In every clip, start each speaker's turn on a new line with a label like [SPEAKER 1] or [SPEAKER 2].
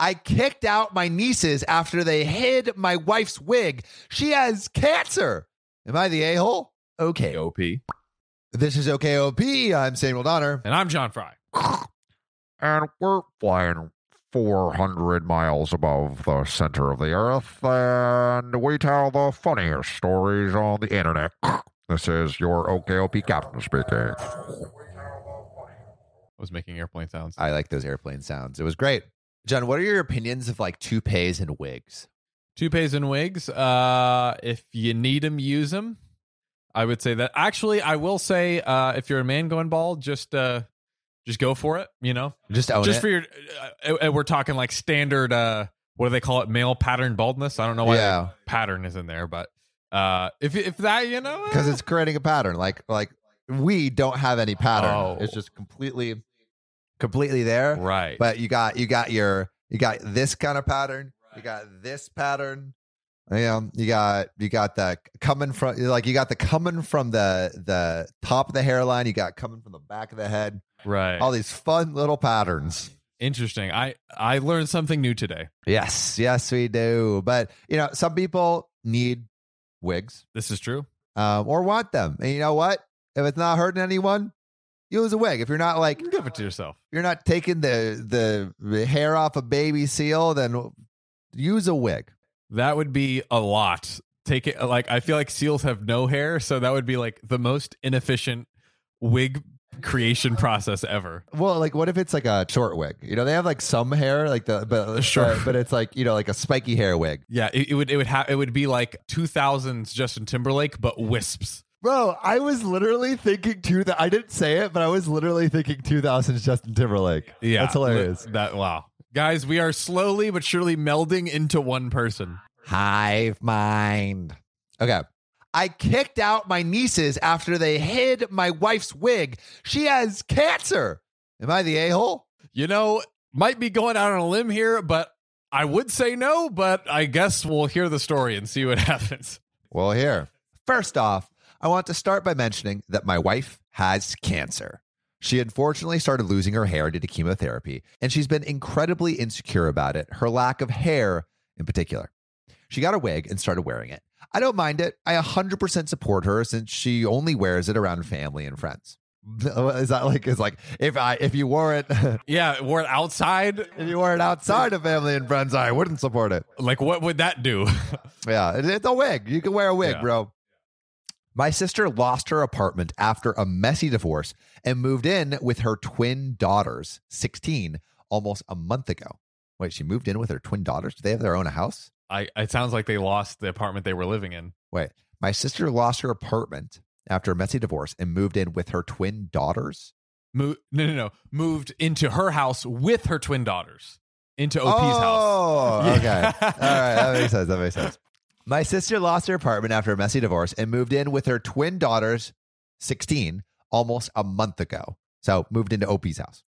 [SPEAKER 1] I kicked out my nieces after they hid my wife's wig. She has cancer. Am I the a hole? Okay.
[SPEAKER 2] OP. And
[SPEAKER 1] This is OKOP. I'm Samuel Donner.
[SPEAKER 2] I'm John Fry.
[SPEAKER 3] and we're flying 400 miles above the center of the earth, and we tell the funniest stories on the internet. This is your OKOP captain speaking.
[SPEAKER 2] I was making airplane sounds.
[SPEAKER 1] I like those airplane sounds. It was great. John, what are your opinions of like toupees and wigs?
[SPEAKER 2] Toupees and wigs. Uh, if you need them, use them. I would say that. Actually, I will say, uh, if you're a man going bald, just uh, just go for it. You know,
[SPEAKER 1] Just own
[SPEAKER 2] just
[SPEAKER 1] it.
[SPEAKER 2] for your. Uh, and we're talking like standard. Uh, what do they call it? Male pattern baldness. I don't know why
[SPEAKER 1] Yeah.
[SPEAKER 2] that pattern is in there, but uh, if if that you know,
[SPEAKER 1] because it's creating a pattern. Like like we don't have any pattern.
[SPEAKER 2] Oh.
[SPEAKER 1] It's just completely completely there.
[SPEAKER 2] uh, right.
[SPEAKER 1] But you got you got your you got this kind of pattern. You got this pattern. Yeah, you got you got the coming from like you got the coming from the the top of the hairline. You got coming from the back of the head.
[SPEAKER 2] right.
[SPEAKER 1] All these fun little patterns.
[SPEAKER 2] Interesting. I I learned something new today.
[SPEAKER 1] Yes, yes, we do. But you know, some people need wigs.
[SPEAKER 2] This is true.
[SPEAKER 1] um, or want them. And you know what? If it's not hurting anyone, use a wig. If you're not like
[SPEAKER 2] Give it to yourself.
[SPEAKER 1] you're not taking the the, the hair off a baby seal, then use a wig.
[SPEAKER 2] That would be a lot. Take it like I feel like seals have no hair, so that would be like the most inefficient wig creation process ever.
[SPEAKER 1] Well, like what if it's like a short wig? You know, they have like some hair, like the but uh,
[SPEAKER 2] Sure.
[SPEAKER 1] but, but it's like you know like a spiky hair wig.
[SPEAKER 2] Yeah, it, it would it would have it would be like 2000s Justin Timberlake but wisps.
[SPEAKER 1] Bro, I was literally thinking two. That I didn't say it, but I was literally thinking 2000s Justin Timberlake.
[SPEAKER 2] Yeah.
[SPEAKER 1] that's hilarious.
[SPEAKER 2] That wow. Guys, we are slowly but surely melding into one person.
[SPEAKER 1] Hive mind. Okay. I kicked out my nieces after they hid my wife's wig. She has cancer. Am I the a hole?
[SPEAKER 2] You know, might be going out on a limb here, but I would say no, but I guess we'll hear the story and see what happens.
[SPEAKER 1] Well, here. First off, I want to start by mentioning that my wife has cancer. She unfortunately started losing her hair due to chemotherapy, and she's been incredibly insecure about it, her lack of hair in particular. She got a wig and started wearing it. I don't mind it. I 100% support her since she only wears it around family and friends. Is that like is like if I if you wore it if
[SPEAKER 2] Yeah, we're outside.
[SPEAKER 1] you wore it outside of family and friends I wouldn't support it.
[SPEAKER 2] Like what would that do?
[SPEAKER 1] Yeah, it- it's a wig. You can wear a wig,
[SPEAKER 2] Yeah.
[SPEAKER 1] bro. My sister lost her apartment after a messy divorce and moved in with her twin daughters, 16, almost a month ago. Wait, she moved in with her twin daughters? Do they have their own house?
[SPEAKER 2] I it sounds like they lost the apartment they were living in.
[SPEAKER 1] Wait, my sister lost her apartment after a messy divorce and moved in with her twin daughters?
[SPEAKER 2] Mo- no, no, no. Moved into her house with her twin daughters. Into OP's house.
[SPEAKER 1] Oh, okay.
[SPEAKER 2] Yeah.
[SPEAKER 1] All right, that makes sense. That makes sense. My sister lost her apartment after a messy divorce and moved in with her twin daughters, 16, almost a month ago. So moved into Opie's house.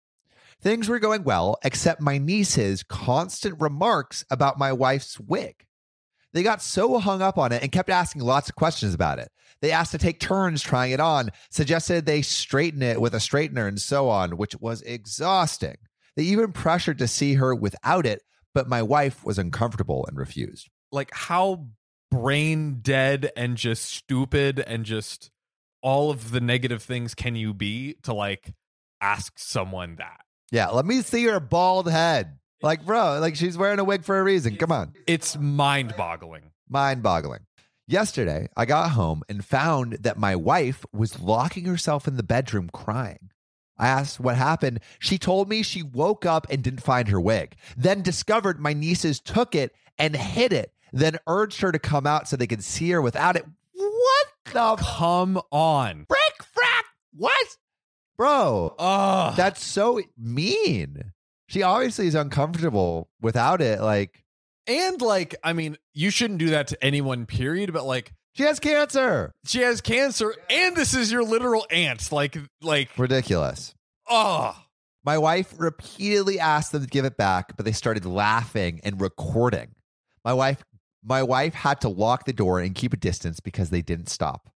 [SPEAKER 1] Things were going well, except my niece's constant remarks about my wife's wig. They got so hung up on it and kept asking lots of questions about it. They asked to take turns trying it on, suggested they straighten it with a straightener and so on, which was exhausting. They even pressured to see her without it, but my wife was uncomfortable and refused.
[SPEAKER 2] Like how brain dead and just stupid and just all of the negative things can you be to like ask someone that?
[SPEAKER 1] Yeah, let me see her bald head. Like, bro, like she's wearing a wig for a reason. Come on.
[SPEAKER 2] It's mind boggling.
[SPEAKER 1] Mind boggling. Yesterday, I got home and found that my wife was locking herself in the bedroom crying. I asked what happened. She told me she woke up and didn't find her wig, then discovered my nieces took it and hid it, then urged her to come out so they could see her without it. What the
[SPEAKER 2] Come on.
[SPEAKER 1] frick, frack? What? Bro,
[SPEAKER 2] Ugh.
[SPEAKER 1] that's so mean. She obviously is uncomfortable without it. Like,
[SPEAKER 2] and like, I mean, you shouldn't do that to anyone, period, but like
[SPEAKER 1] she has cancer.
[SPEAKER 2] she has cancer and this is your literal aunt. Like like
[SPEAKER 1] Ridiculous.
[SPEAKER 2] oh
[SPEAKER 1] My wife repeatedly asked them to give it back, but they started laughing and recording. My wife my wife had to lock the door and keep a distance because they didn't stop.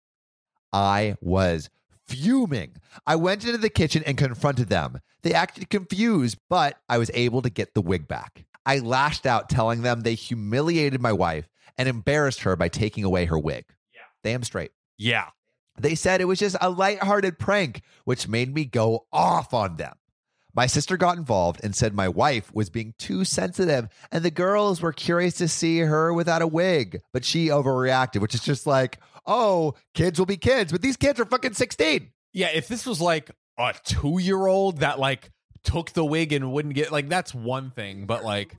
[SPEAKER 1] I was fuming. I went into the kitchen and confronted them. They acted confused, but I was able to get the wig back. I lashed out, telling them they humiliated my wife and embarrassed her by taking away her wig. Yeah. Damn straight.
[SPEAKER 2] Yeah.
[SPEAKER 1] They said it was just a lighthearted prank, which made me go off on them. My sister got involved and said my wife was being too sensitive and the girls were curious to see her without a wig, but she overreacted, which is just like, oh, kids will be kids, but these kids are fucking 16.
[SPEAKER 2] Yeah. If this was like a two year old that like took the wig and wouldn't get like that's one thing, but like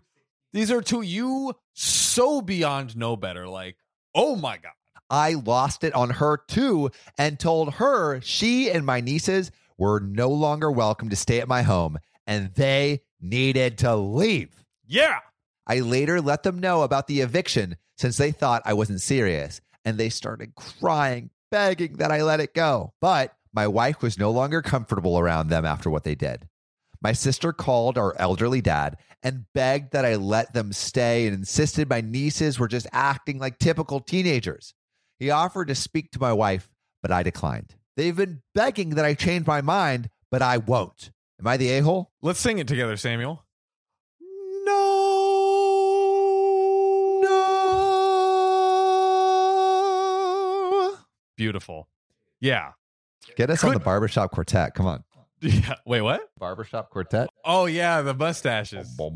[SPEAKER 2] these are two you so beyond know better. Like, oh my God.
[SPEAKER 1] I lost it on her too and told her she and my nieces were no longer welcome to stay at my home and they needed to leave.
[SPEAKER 2] Yeah.
[SPEAKER 1] I later let them know about the eviction since they thought I wasn't serious and they started crying, begging that I let it go. But my wife was no longer comfortable around them after what they did. My sister called our elderly dad and begged that I let them stay and insisted my nieces were just acting like typical teenagers. He offered to speak to my wife, but I declined. They've been begging that I change my mind, but I won't. Am I the a hole?
[SPEAKER 2] Let's sing it together, Samuel.
[SPEAKER 1] No. No.
[SPEAKER 2] Beautiful. Yeah.
[SPEAKER 1] Get us on the
[SPEAKER 2] Could-
[SPEAKER 1] barbershop quartet. Come on.
[SPEAKER 2] Yeah. Wait, what?
[SPEAKER 1] Barbershop quartet.
[SPEAKER 2] Oh yeah, the mustaches. Oh,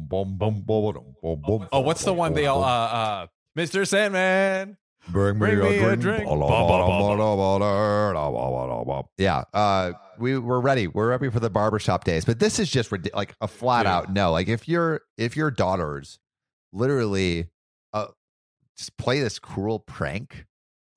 [SPEAKER 2] what's the one they all uh uh Mr. Sandman.
[SPEAKER 1] Bring
[SPEAKER 2] me Bring a me a drink. drink. Ba,
[SPEAKER 1] Yeah, uh, we we're ready. We're ready for the barbershop days. But this is just ridic- like a flat
[SPEAKER 2] Yeah.
[SPEAKER 1] out no. Like if your if your daughters literally uh, just play this cruel prank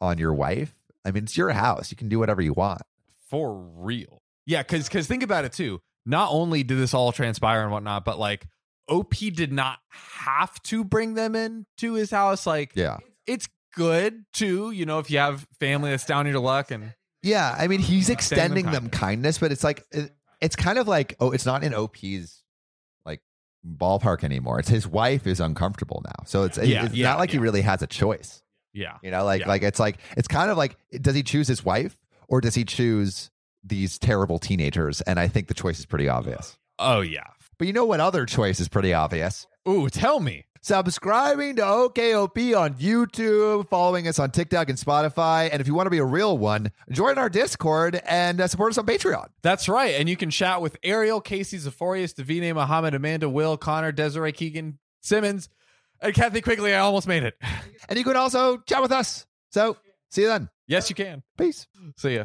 [SPEAKER 1] on your wife, I mean it's your house. You can do whatever you want.
[SPEAKER 2] For real. Yeah, because because think about it too. Not only did this all transpire and whatnot, but like OP did not have to bring them in to his house. Like
[SPEAKER 1] Yeah,
[SPEAKER 2] it's good too, you know, if you have family that's down your luck and
[SPEAKER 1] yeah. I mean he's
[SPEAKER 2] Extending
[SPEAKER 1] extending
[SPEAKER 2] them
[SPEAKER 1] them kindness, but it's like it, it's kind of like oh, it's not in OP's like ballpark anymore. It's his wife is uncomfortable now, so it's
[SPEAKER 2] Yeah,
[SPEAKER 1] it's
[SPEAKER 2] yeah,
[SPEAKER 1] not like he
[SPEAKER 2] yeah.
[SPEAKER 1] really has a choice.
[SPEAKER 2] yeah.
[SPEAKER 1] You know, like
[SPEAKER 2] Yeah.
[SPEAKER 1] like it's like it's kind of like does he choose his wife or does he choose these terrible teenagers? And I think the choice is pretty obvious.
[SPEAKER 2] Oh yeah.
[SPEAKER 1] But you know what other choice is pretty obvious?
[SPEAKER 2] Ooh, tell me.
[SPEAKER 1] Subscribing to OKOP on YouTube, following us on TikTok and Spotify, and if you want to be a real one, join our Discord and uh, support us on Patreon.
[SPEAKER 2] That's right. And you can chat with Ariel, Casey, Zephorius, Davina, Muhammad, Amanda, Will, Connor, Desiree, Keegan, Simmons, and Kathy Quigley. I almost made it.
[SPEAKER 1] And you can also chat with us. So, see you then.
[SPEAKER 2] yes, you can.
[SPEAKER 1] Peace.
[SPEAKER 2] See ya.